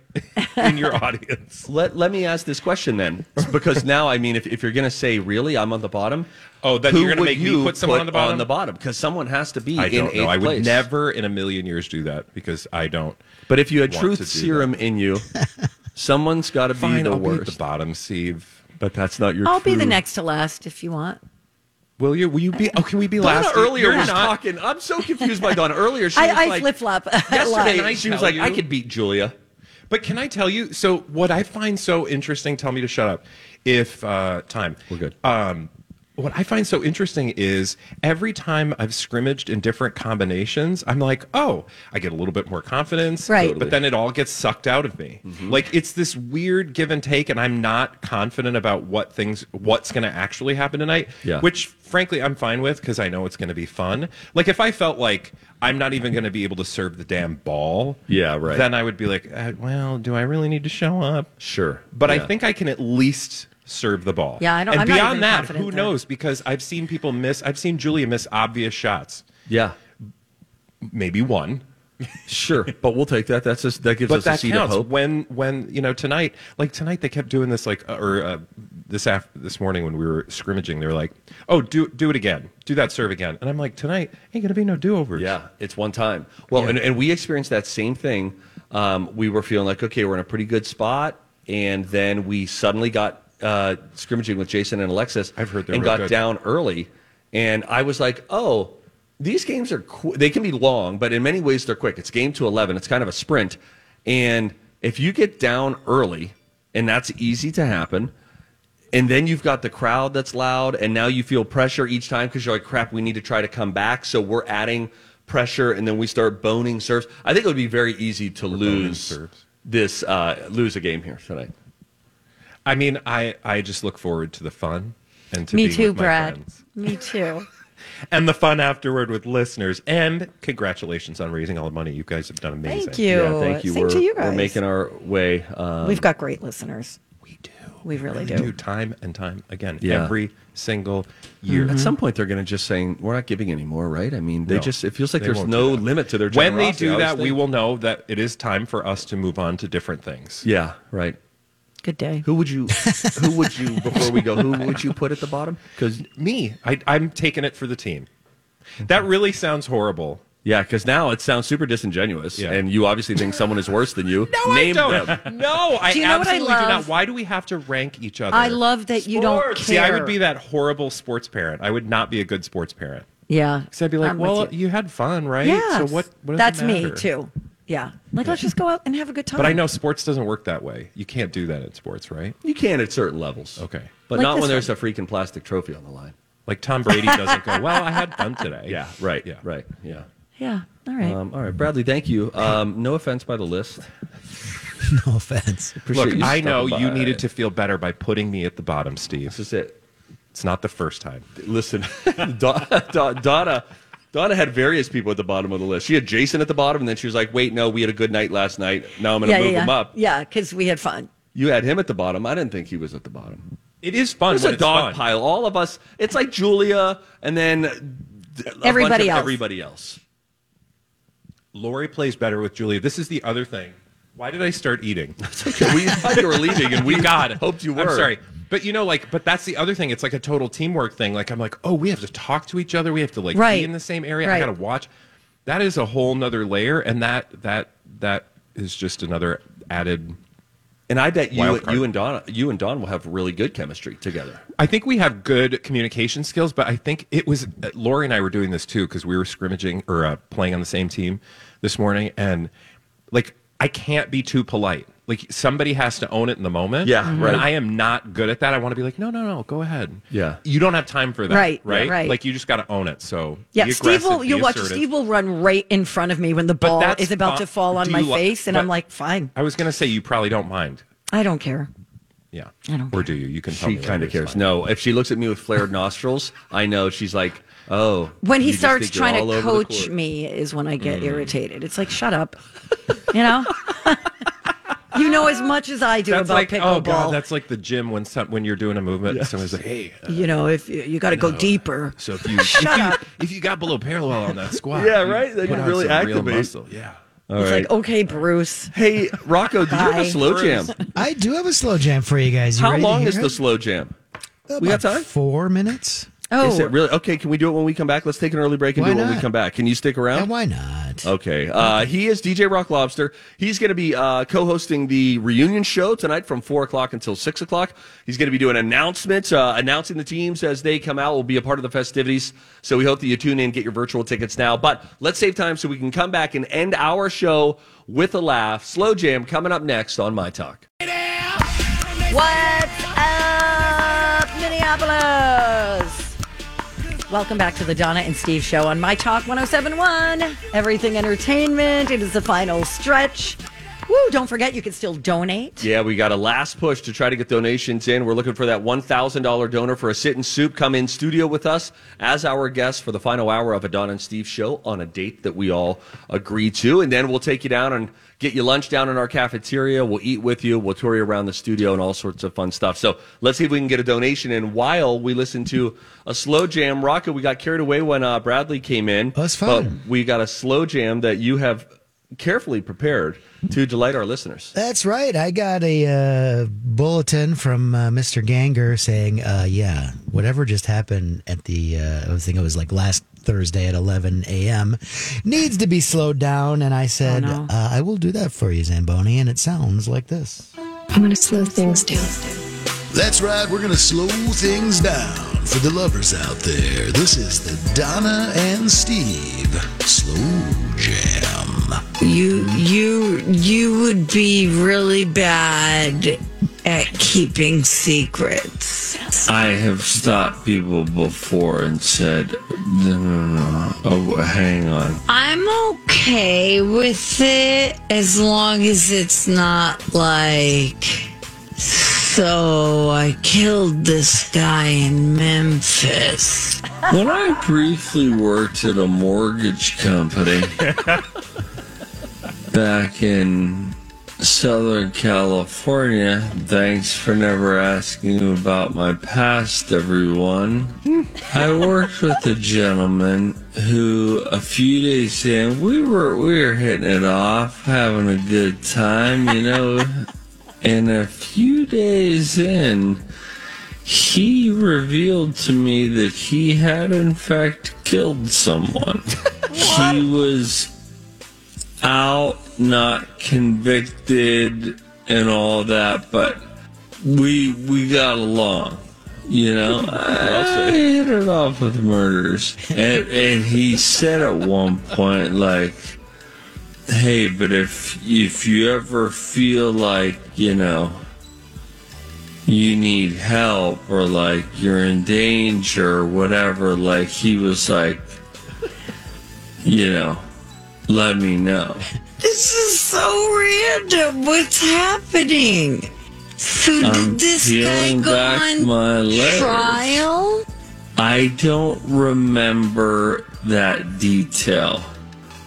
Speaker 10: spy in your audience.
Speaker 2: let let me ask this question then, because now I mean, if, if you're going to say really, I'm on the bottom.
Speaker 10: Oh, then
Speaker 2: who
Speaker 10: you're gonna
Speaker 2: would
Speaker 10: make me
Speaker 2: you
Speaker 10: put someone on the bottom?
Speaker 2: On the bottom, because someone has to be
Speaker 10: I
Speaker 2: in
Speaker 10: don't know.
Speaker 2: eighth
Speaker 10: I would
Speaker 2: place.
Speaker 10: never in a million years do that because I don't.
Speaker 2: But if you had
Speaker 10: want to
Speaker 2: truth
Speaker 10: do
Speaker 2: serum in you, someone's got to be
Speaker 10: Fine,
Speaker 2: the
Speaker 10: I'll be at
Speaker 2: worst.
Speaker 10: the bottom, Steve.
Speaker 2: but that's not your.
Speaker 1: I'll be the
Speaker 2: true-
Speaker 1: next to last if you want.
Speaker 10: Will you? Will you be? Oh, can we be
Speaker 2: Donna
Speaker 10: last?
Speaker 2: earlier
Speaker 10: You're
Speaker 2: was
Speaker 10: not-
Speaker 2: talking. I'm so confused by Donna. Earlier she was
Speaker 1: I, I
Speaker 2: like,
Speaker 1: flip flop.
Speaker 2: yesterday
Speaker 10: I
Speaker 2: she was
Speaker 10: tell
Speaker 2: like, I
Speaker 10: you?
Speaker 2: could beat Julia.
Speaker 10: But can I tell you? So what I find so interesting. Tell me to shut up. If uh, time.
Speaker 2: We're good.
Speaker 10: Um, what I find so interesting is every time I've scrimmaged in different combinations, I'm like, oh, I get a little bit more confidence.
Speaker 1: Right.
Speaker 10: But then it all gets sucked out of me.
Speaker 2: Mm-hmm.
Speaker 10: Like it's this weird give and take, and I'm not confident about what things, what's going to actually happen tonight.
Speaker 2: Yeah.
Speaker 10: Which frankly, I'm fine with because I know it's going to be fun. Like if I felt like I'm not even going to be able to serve the damn ball.
Speaker 2: Yeah, right.
Speaker 10: Then I would be like, uh, well, do I really need to show up?
Speaker 2: Sure.
Speaker 10: But I
Speaker 2: Yeah.
Speaker 10: think I can at least serve the ball.
Speaker 1: Yeah, I don't-
Speaker 10: And
Speaker 1: I'm not even
Speaker 10: beyond that,
Speaker 1: confident
Speaker 10: who
Speaker 1: there.
Speaker 10: knows? Because I've seen people miss. I've seen Julia miss obvious shots.
Speaker 2: Yeah.
Speaker 10: Maybe one,
Speaker 2: Sure, but we'll take that. That's just, that gives
Speaker 10: but
Speaker 2: us a
Speaker 10: that
Speaker 2: seed
Speaker 10: counts.
Speaker 2: of hope.
Speaker 10: When when you know tonight, like tonight, they kept doing this like uh, or uh, this af- this morning when we were scrimmaging, they were like, oh, do do it again, do that serve again, and I'm like, tonight ain't gonna be no do overs.
Speaker 2: Yeah, it's one time. Well, and, and we experienced that same thing. Um, we were feeling like, okay, we're in a pretty good spot, and then we suddenly got uh, scrimmaging with Jason and Alexis.
Speaker 10: I've heard they're
Speaker 2: and
Speaker 10: real
Speaker 2: got
Speaker 10: good.
Speaker 2: down early, and I was like, oh, these games are qu- they can be long, but in many ways they're quick. It's game to eleven. It's kind of a sprint, and if you get down early, and that's easy to happen. and then you've got the crowd that's loud and now you feel pressure each time because you're like crap we need to try to come back so we're adding pressure and then we start boning serves i think it would be very easy to lose
Speaker 10: serves.
Speaker 2: this uh, lose a game here tonight
Speaker 10: I mean, I I just look forward to the fun and to
Speaker 1: Me
Speaker 10: being
Speaker 1: too,
Speaker 10: with my
Speaker 1: Brad.
Speaker 10: friends.
Speaker 1: Me too.
Speaker 10: and the fun afterward with listeners. And congratulations on raising all the money. You guys have done amazing.
Speaker 1: Thank you.
Speaker 2: yeah thank you
Speaker 1: Same
Speaker 2: we're,
Speaker 1: to you guys.
Speaker 2: we're making our way uh,
Speaker 1: We've got great listeners.
Speaker 10: We do.
Speaker 1: We really
Speaker 10: We
Speaker 1: do.
Speaker 10: do time and time again
Speaker 2: Yeah.
Speaker 10: every single year.
Speaker 1: Mm-hmm.
Speaker 2: at some point they're going to just saying we're not giving anymore right i mean they
Speaker 10: No.
Speaker 2: just it feels like
Speaker 10: They
Speaker 2: there's
Speaker 10: won't
Speaker 2: no
Speaker 10: do that.
Speaker 2: limit to their
Speaker 10: When they
Speaker 2: generosity. I
Speaker 10: do
Speaker 2: always
Speaker 10: that, we
Speaker 2: think-
Speaker 10: will know that it is time for us to move on to different things.
Speaker 2: yeah right
Speaker 1: Good day.
Speaker 2: who would you who would you before we go who would you put at the bottom because
Speaker 10: Me, I, I'm taking it for the team.
Speaker 2: Mm-hmm.
Speaker 10: That really sounds horrible.
Speaker 2: Yeah, because now it sounds super disingenuous,
Speaker 10: Yeah.
Speaker 2: and you obviously think someone is worse than you.
Speaker 10: No,
Speaker 2: Name
Speaker 10: I don't.
Speaker 2: them.
Speaker 10: No, I
Speaker 1: Do you know what I
Speaker 10: absolutely do
Speaker 1: love?
Speaker 10: not. Why do we have to rank each other?
Speaker 1: I love that you don't care.
Speaker 10: See, I would be that horrible sports parent. I would not be a good sports parent.
Speaker 1: Yeah.
Speaker 10: Because I'd be like,
Speaker 1: I'm with
Speaker 10: well,
Speaker 1: you.
Speaker 10: you. had fun, right?
Speaker 1: Yes.
Speaker 10: So what? what does it
Speaker 1: That's me
Speaker 10: matter?
Speaker 1: too. Yeah. Like let's just go out and have a good time.
Speaker 10: But I know sports doesn't work that way. You can't do that in sports, right?
Speaker 2: You can at certain levels.
Speaker 10: Okay.
Speaker 2: But
Speaker 1: Like
Speaker 2: not
Speaker 1: this
Speaker 2: when there's a freaking plastic trophy on the line.
Speaker 10: Like Tom Brady doesn't go, well, I had fun today.
Speaker 2: Right.
Speaker 10: Yeah.
Speaker 2: Right. Yeah.
Speaker 1: Yeah. All right.
Speaker 2: Um, all right, Bradley. Thank you. Um, no offense by the list.
Speaker 6: No offense.
Speaker 2: Appreciate
Speaker 10: Look,
Speaker 2: you
Speaker 10: I know
Speaker 2: stopping
Speaker 10: you
Speaker 2: by.
Speaker 10: needed to feel better by putting me at the bottom, Steve.
Speaker 2: This is it.
Speaker 10: It's not the first time.
Speaker 2: Listen, Don- Don- Donna. Donna had various people at the bottom of the list. She had Jason at the bottom, and then she was like, "Wait, no, we had a good night last night. Now I'm going
Speaker 1: yeah,
Speaker 2: to move
Speaker 1: yeah,
Speaker 2: him
Speaker 1: yeah.
Speaker 2: up."
Speaker 1: Yeah, because we had fun.
Speaker 2: You had him at the bottom. I didn't think he was at the bottom.
Speaker 10: It is fun.
Speaker 2: There's a
Speaker 10: when it's
Speaker 2: dog
Speaker 10: fun.
Speaker 2: pile. All of us. It's like Julia, and then d- a bunch of
Speaker 1: Everybody else.
Speaker 2: Everybody else.
Speaker 10: Lori plays better with Julia. This is the other thing. Why did I start eating?
Speaker 2: we thought you were leaving, and we
Speaker 10: God,
Speaker 2: hoped you were.
Speaker 10: I'm sorry, but you know, like, but that's the other thing. It's like a total teamwork thing. Like, I'm like, oh, we have to talk to each other. We have to like
Speaker 1: Right.
Speaker 10: be in the same area.
Speaker 1: Right.
Speaker 10: I gotta watch. That is a whole nother layer, and that that that is just another added.
Speaker 2: And I bet you,
Speaker 10: Wild card.
Speaker 2: you and Donna, you and Don will have really good chemistry together.
Speaker 10: I think we have good communication skills, but I think it was uh, Lori and I were doing this too because we were scrimmaging or uh, playing on the same team this morning, and like I can't be too polite. Like somebody has to own it in the moment.
Speaker 2: Yeah, Mhm. right.
Speaker 10: And I am not good at that. I want to be like, no, no, no, go ahead.
Speaker 2: Yeah.
Speaker 10: you don't have time for that.
Speaker 1: Right,
Speaker 10: right,
Speaker 1: right.
Speaker 10: Like you just got to own it. So
Speaker 1: Yeah,
Speaker 10: be
Speaker 1: Steve will.
Speaker 10: aggressive,
Speaker 1: You'll
Speaker 10: be
Speaker 1: watch.
Speaker 10: assertive.
Speaker 1: Steve will run right in front of me when the ball
Speaker 10: that's
Speaker 1: is about
Speaker 10: fi-
Speaker 1: to fall on
Speaker 10: do
Speaker 1: my
Speaker 10: you li-
Speaker 1: face, and I'm
Speaker 10: but-
Speaker 1: like, fine,
Speaker 10: I was gonna say you probably don't mind.
Speaker 1: I don't care.
Speaker 10: Yeah,
Speaker 1: I don't
Speaker 10: or
Speaker 1: care.
Speaker 10: do you? You can. tell
Speaker 2: She
Speaker 10: me later,
Speaker 2: kind of
Speaker 10: it's
Speaker 2: cares.
Speaker 10: fine.
Speaker 2: No, if she looks at me with flared nostrils, I know she's like, oh.
Speaker 1: When he
Speaker 2: you just
Speaker 1: starts
Speaker 2: think you're
Speaker 1: trying
Speaker 2: all over
Speaker 1: to
Speaker 2: the
Speaker 1: coach
Speaker 2: court.
Speaker 1: me, is when I get
Speaker 10: Mm.
Speaker 1: irritated. It's like, shut up. you know. you know as much as I do
Speaker 10: That's
Speaker 1: about
Speaker 10: like
Speaker 1: pickleball.
Speaker 10: oh god, that's like the gym when some, when you're doing a movement and someone's like, hey,
Speaker 1: you know, if you, you got to go deeper.
Speaker 10: So if you if you, if you got below parallel on that squat,
Speaker 2: Yeah, right, then
Speaker 10: put
Speaker 2: you
Speaker 10: on
Speaker 2: really
Speaker 10: some Real
Speaker 2: activate.
Speaker 10: muscle. Yeah.
Speaker 1: it's like, okay, Bruce.
Speaker 2: Hey, Rocco, do you have
Speaker 1: Bye.
Speaker 2: a slow jam?
Speaker 6: I do have a slow jam for you guys. You
Speaker 2: How
Speaker 6: ready to
Speaker 2: long
Speaker 6: hear
Speaker 2: is
Speaker 6: it?
Speaker 2: the slow jam?
Speaker 6: About
Speaker 2: we got time?
Speaker 6: Four minutes.
Speaker 1: Oh,
Speaker 2: Is it really? Okay, can we do it when we come back? Let's take an early break and
Speaker 6: Why
Speaker 2: do it when we
Speaker 6: not?
Speaker 2: come back. Can you stick
Speaker 6: Yeah,
Speaker 2: around?
Speaker 6: why not?
Speaker 2: Okay. Uh, he is DJ Rock Lobster. He's going to be uh, co hosting the reunion show tonight from 4 o'clock until 6 o'clock. He's going to be doing announcements, uh, announcing the teams as they come out, will be a part of the festivities. So we hope that you tune in, get your virtual tickets now. But let's save time so we can come back and end our show with a laugh. Slow Jam coming up next on My Talk.
Speaker 1: What's up, Minneapolis? Welcome back to the Donna and Steve Show on My Talk 1071, Everything Entertainment. It is the final stretch. Woo, don't forget you can still donate.
Speaker 2: Yeah, we got a last push to try to get donations in. We're looking for that $1,000 donor for a sit and soup. Come in studio with us as our guest for the final hour of a Don and Steve show on a date that we all agree to. And then we'll take you down and get you lunch down in our cafeteria. We'll eat with you. We'll tour you around the studio and all sorts of fun stuff. So let's see if we can get a donation in while we listen to a slow jam. Rocket, we got carried away when uh, Bradley came in.
Speaker 6: That's fun.
Speaker 2: But we got a slow jam that you have carefully prepared to delight our listeners.
Speaker 6: That's right. I got a uh, bulletin from uh, Mr. Ganger saying, uh, yeah, whatever just happened at the, uh, I was thinking it was like last Thursday at 11 a.m., needs to be slowed down. And I said,
Speaker 1: no.
Speaker 6: uh, I will do that for you, Zamboni. And it sounds like this.
Speaker 11: I'm going to slow things down.
Speaker 12: That's right, we're going to slow things down for the lovers out there. This is the Donna and Steve Slow Jam.
Speaker 13: You you you would be really bad at keeping secrets.
Speaker 14: I have stopped people before and said, no, no, no. Oh, hang on.
Speaker 13: I'm okay with it as long as it's not like so I killed this guy in Memphis.
Speaker 14: When I briefly worked at a mortgage company back in Southern California, thanks for never asking about my past, everyone. I worked with a gentleman who a few days in we were we were hitting it off, having a good time, you know. And a few days in, he revealed to me that he had in fact killed someone. he was out, not convicted and all that, but we we got along. You know, I, I hit it off with murders, and and he said at one point like, "Hey, but if if you ever feel like you know you need help or like you're in danger or whatever. Like he was like, you know,
Speaker 10: let me know.
Speaker 15: This is so random. What's happening? So
Speaker 10: I'm
Speaker 15: did this guy
Speaker 10: peeling
Speaker 15: go
Speaker 10: back
Speaker 15: on
Speaker 10: my layers.
Speaker 15: trial?
Speaker 10: I don't remember that detail.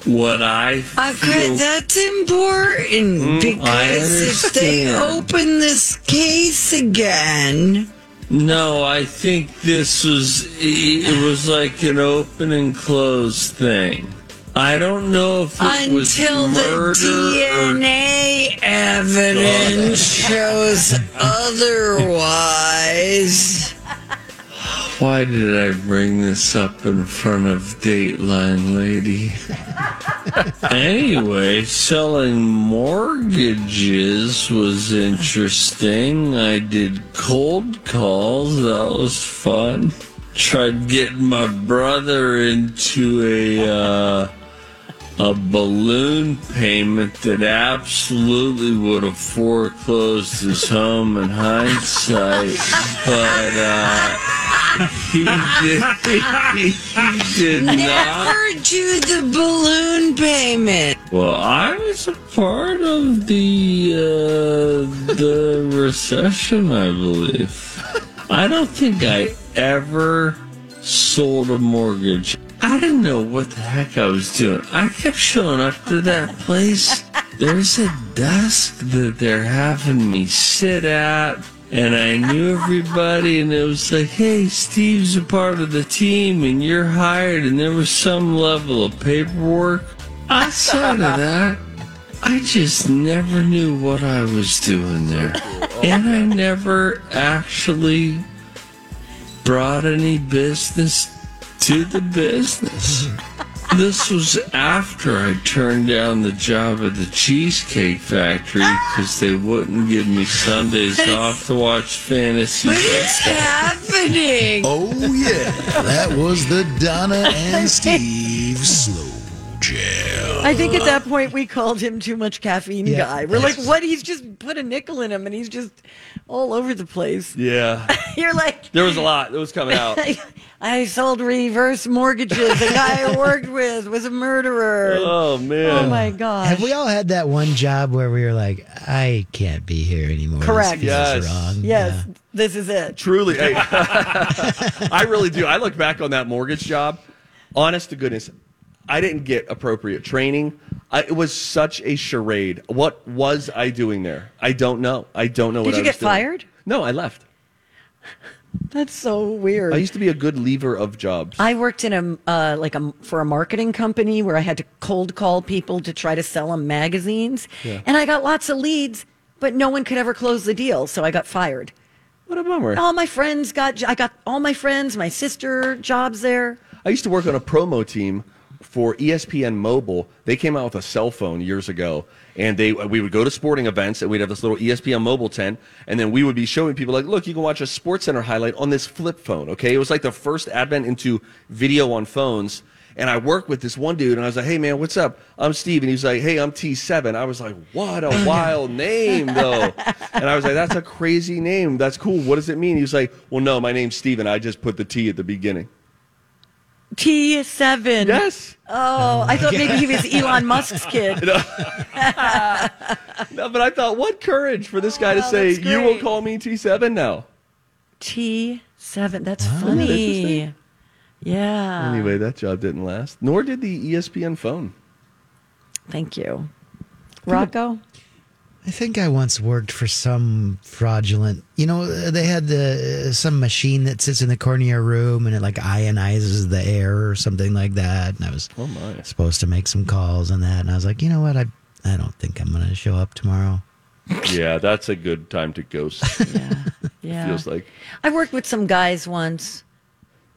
Speaker 10: What I
Speaker 15: Okay,
Speaker 10: feel-
Speaker 15: that's important
Speaker 10: Mm, I
Speaker 15: because if they
Speaker 10: understand.
Speaker 15: open this case again,
Speaker 10: No, I think this was it was like an open and close thing. I don't know if it was
Speaker 15: until the
Speaker 10: murder or-
Speaker 15: DNA evidence shows otherwise.
Speaker 10: Why did I bring this up in front of Dateline Lady? anyway, selling mortgages was interesting. I did cold calls, that was fun. Tried getting my brother into a uh, a balloon payment that absolutely would have foreclosed his home in hindsight, but uh, he did, he did not.
Speaker 15: Never do the balloon payment.
Speaker 10: Well, I was a part of the uh, the recession, I believe. I don't think I ever sold a mortgage. I didn't know what the heck I was doing. I kept showing up to that place. There's a desk that they're having me sit at, and I knew everybody, and it was like, hey, Steve's a part of the team, and you're hired, and there was some level of paperwork. Outside of that, I just never knew what I was doing there. And I never actually brought any business to the business. This was after I turned down the job at the Cheesecake Factory because they wouldn't give me Sundays off to watch fantasy.
Speaker 15: happening?
Speaker 16: Oh, yeah. That was the Donna and Steve Slow Jam.
Speaker 1: I think at that point we called him too much caffeine
Speaker 16: Yeah.
Speaker 1: guy. We're
Speaker 16: Yes.
Speaker 1: like, what? He's just put a nickel in him and he's just all over the place.
Speaker 2: Yeah.
Speaker 1: You're like,
Speaker 2: There was a lot that was coming out.
Speaker 1: I sold reverse mortgages. The guy I worked with was a murderer.
Speaker 2: Oh, man.
Speaker 1: Oh my gosh.
Speaker 6: Have we all had that one job where we were like, I can't be here anymore. This
Speaker 1: Correct.
Speaker 6: feels
Speaker 2: Yes.
Speaker 6: wrong.
Speaker 1: Yes, this is it.
Speaker 2: Truly, hey, I really do. I look back on that mortgage job. Honest to goodness, I didn't get appropriate training. I, it was such a charade. What was I doing there? I don't know. I don't know what
Speaker 1: Did you
Speaker 2: I was
Speaker 1: get
Speaker 2: doing.
Speaker 1: fired?
Speaker 2: No, I left.
Speaker 1: That's so weird.
Speaker 2: I used to be a good lever of jobs.
Speaker 1: I worked in a uh, like a for a marketing company where I had to cold call people to try to sell them magazines,
Speaker 2: Yeah.
Speaker 1: and I got lots of leads, but no one could ever close the deal, so I got fired.
Speaker 2: What a bummer.
Speaker 1: All my friends got I got all my friends, my sister jobs there.
Speaker 2: I used to work on a promo team for E ESPN Mobile. They came out with a cell phone years ago, and they we would go to sporting events, and we'd have this little E ESPN Mobile tent, and then we would be showing people like, look, you can watch a Sports Center highlight on this flip phone. Okay, it was like the first advent into video on phones. And I worked with this one dude, and I was like, "Hey man, what's up? I'm Steve." And he was like, "Hey, I'm T7." I was like, "What a wild name, though!" And I was like, "That's a crazy name. That's cool. What does it mean?" He was like, "Well, no, my name's Steven. I just put the T at the beginning."
Speaker 1: T seven.
Speaker 2: Yes.
Speaker 1: Oh, I thought maybe he was Elon Musk's kid.
Speaker 2: No, but I thought, what courage for this guy to
Speaker 1: wow,
Speaker 2: say,
Speaker 1: Oh, that's
Speaker 2: "You will
Speaker 1: great."
Speaker 2: call me T7 now."
Speaker 1: T seven. That's
Speaker 2: Isn't that
Speaker 1: funny.
Speaker 2: Ah, interesting?
Speaker 1: Yeah.
Speaker 2: Anyway, that job didn't last. Nor did the E ESPN phone.
Speaker 1: Thank you, Rocco.
Speaker 6: I think I once worked for some fraudulent. You know, they had the some machine that sits in the corner of your room and it like ionizes the air or something like that. And I was
Speaker 2: Oh my.
Speaker 6: supposed to make some calls on that, and I was like, you know what, I I don't think I'm going to show up tomorrow.
Speaker 2: Yeah, that's a good time to ghost.
Speaker 1: Yeah.
Speaker 2: Feels like.
Speaker 1: I worked with some guys once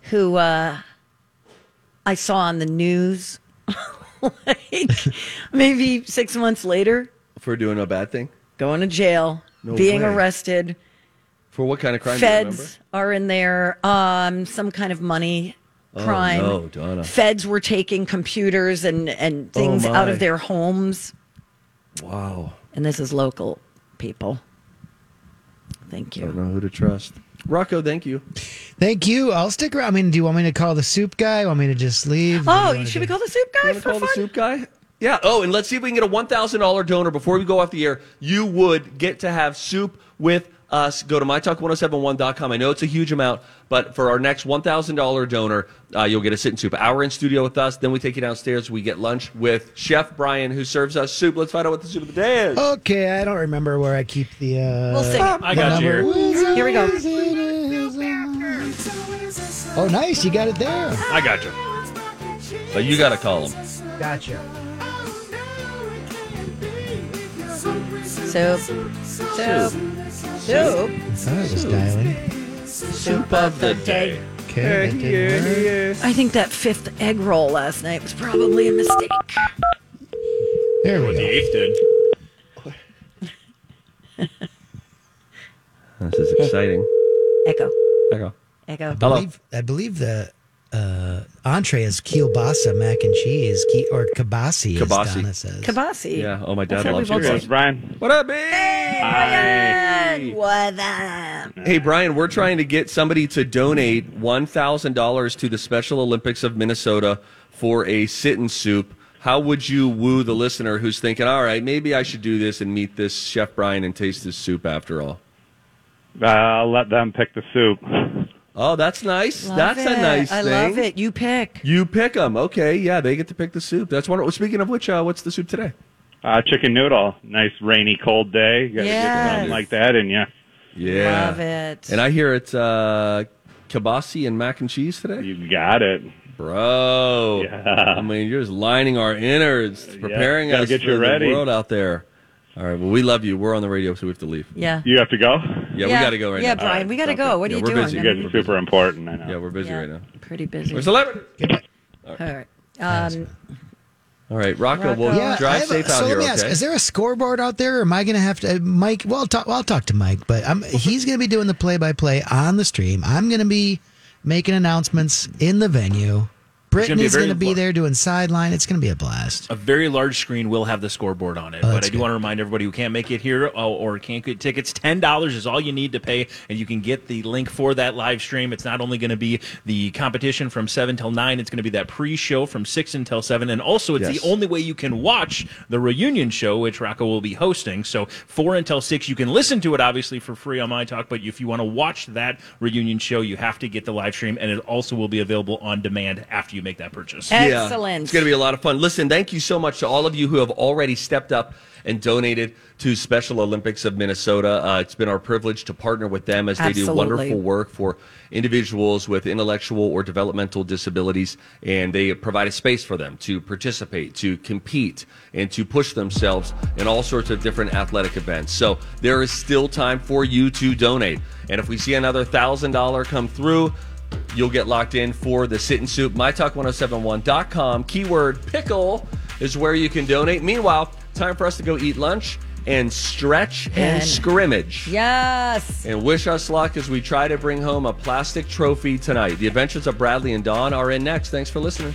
Speaker 1: who uh, I saw on the news like maybe six months later
Speaker 2: For doing a bad thing.
Speaker 1: going to jail,
Speaker 2: No
Speaker 1: being
Speaker 2: way.
Speaker 1: arrested.
Speaker 2: For what kind of crime? Do you remember?
Speaker 1: Feds are in there, um, some kind of money
Speaker 2: Oh,
Speaker 1: crime.
Speaker 2: no, Donna.
Speaker 1: Feds were taking computers and, and
Speaker 2: Oh,
Speaker 1: things out
Speaker 2: my.
Speaker 1: of their homes.
Speaker 2: Wow.
Speaker 1: And this is local people. Thank
Speaker 2: I don't
Speaker 1: you.
Speaker 2: know who to trust. Rocco, thank you.
Speaker 6: Thank you. I'll stick around. I mean, do you want me to call the soup guy? Want me to just leave? What do
Speaker 1: Oh,
Speaker 6: you
Speaker 1: you
Speaker 6: want
Speaker 1: should
Speaker 6: to
Speaker 1: we
Speaker 6: do?
Speaker 1: call the soup guy
Speaker 2: Wanna
Speaker 1: for fun?
Speaker 2: call the soup guy? Yeah. Oh, and let's see if we can get a $1,000 donor before we go off the air. You would get to have soup with us. Go to mytalk1071.com. I know it's a huge amount, but for our next $1,000 donor, uh, you'll get a sit and soup hour in studio with us. Then we take you downstairs. We get lunch with Chef Brian, who serves us soup. Let's find out what the soup of the day is.
Speaker 6: Okay, I don't remember where I keep the. Uh,
Speaker 1: We'll sing.
Speaker 6: the
Speaker 1: I got you
Speaker 6: number.
Speaker 1: here. Here we go.
Speaker 6: Oh, nice! You got it there.
Speaker 2: I got you. So you got to call him.
Speaker 6: Gotcha.
Speaker 1: Soup. Soup. Soup.
Speaker 6: I thought it was dialing.
Speaker 2: Soup of the day.
Speaker 6: Okay, that didn't work.
Speaker 1: I think that fifth egg roll last night was probably a mistake.
Speaker 6: There we
Speaker 3: What the
Speaker 6: go.
Speaker 3: eighth did.
Speaker 2: This is exciting.
Speaker 1: Echo.
Speaker 2: Echo.
Speaker 1: Echo.
Speaker 6: I believe, I believe the uh, entree is kielbasa mac and cheese, ki- or kibasi,
Speaker 2: Kibasi.
Speaker 6: as Donna says.
Speaker 1: Kabasi.
Speaker 2: Yeah. Oh, my dad
Speaker 1: Okay,
Speaker 2: loves
Speaker 1: we both
Speaker 2: it.
Speaker 1: say-
Speaker 2: Brian. What up, B?
Speaker 1: Brian! What up?
Speaker 2: Hey, Brian, we're trying to get somebody to donate $1,000 to the Special Olympics of Minnesota for a sit and soup. How would you woo the listener who's thinking, all right, maybe I should do this and meet this Chef Brian and taste this soup after all?
Speaker 17: Uh, I'll let them pick the soup.
Speaker 2: Oh, that's nice.
Speaker 1: Love
Speaker 2: that's
Speaker 1: it.
Speaker 2: a nice
Speaker 1: I
Speaker 2: thing.
Speaker 1: love it. You pick.
Speaker 2: You pick them. Okay, yeah, they get to pick the soup. That's wonderful. Speaking of which, uh, what's the soup today?
Speaker 17: Uh, chicken noodle. Nice rainy, cold day. You gotta
Speaker 1: Yes.
Speaker 17: get something like that in you.
Speaker 2: Yeah.
Speaker 1: Love it.
Speaker 2: And I hear it's uh, kibasi and mac and cheese today. You got it, bro. I mean, you're just lining our innards, preparing
Speaker 17: gotta
Speaker 2: us
Speaker 17: get
Speaker 2: for
Speaker 17: you
Speaker 2: the
Speaker 17: ready.
Speaker 2: world out there. All right. Well, we love you. We're on the radio, so we have to leave.
Speaker 1: Yeah.
Speaker 17: You have to go?
Speaker 2: Yeah, we got to go right
Speaker 1: yeah,
Speaker 2: now.
Speaker 1: Brian, we got to go. What are
Speaker 2: Yeah,
Speaker 1: you
Speaker 2: we're
Speaker 1: doing?
Speaker 2: busy.
Speaker 1: I
Speaker 2: Good.
Speaker 1: mean,
Speaker 17: It's super important, I know.
Speaker 2: Yeah, we're busy right now.
Speaker 1: pretty busy.
Speaker 2: We're celebrities.
Speaker 1: All right. Um,
Speaker 2: All right, Rocco, we'll
Speaker 1: Rocco. Yeah,
Speaker 2: drive
Speaker 6: I have a-
Speaker 2: safe out
Speaker 6: so
Speaker 2: here,
Speaker 6: let me
Speaker 2: okay?
Speaker 6: ask: Is there a scoreboard out there? Or am I going to have to, uh, Mike? Well, I'll talk, well, I'll talk to Mike, but I'm, he's going to be doing the play-by-play on the stream. I'm going to be making announcements in the venue.
Speaker 3: It's gonna be
Speaker 6: Brittany's
Speaker 3: very
Speaker 6: going to be
Speaker 3: fun.
Speaker 6: there doing sideline. It's going to be a blast.
Speaker 3: A very large screen will have the scoreboard on it,
Speaker 6: Oh,
Speaker 3: but
Speaker 6: that's
Speaker 3: I do want to remind everybody who can't make it here uh, or can't get tickets, ten dollars is all you need to pay, and you can get the link for that live stream. It's not only going to be the competition from seven till nine; it's going to be that pre-show from six until seven, and also it's
Speaker 2: Yes.
Speaker 3: the only way you can watch the reunion show, which Rocco will be hosting. So four until six, you can listen to it obviously for free on my talk, but if you want to watch that reunion show, you have to get the live stream, and it also will be available on demand after you make that purchase.
Speaker 2: Yeah. It's going to be a lot of fun. Listen, thank you so much to all of you who have already stepped up and donated to Special Olympics of Minnesota. Uh, it's been our privilege to partner with them as they do
Speaker 18: Absolutely.
Speaker 2: wonderful work for individuals with intellectual or developmental disabilities. And they provide a space for them to participate, to compete, and to push themselves in all sorts of different athletic events. So there is still time for you to donate. And if we see another $1,000 come through, You'll get locked in for the sit and soup. MyTalk1071.com. Keyword pickle is where you can donate. Meanwhile, time for us to go eat lunch and stretch and
Speaker 1: And-
Speaker 2: scrimmage.
Speaker 1: yes.
Speaker 2: And wish us luck as we try to bring home a plastic trophy tonight. The Adventures of Bradley and Dawn are in next. Thanks for listening.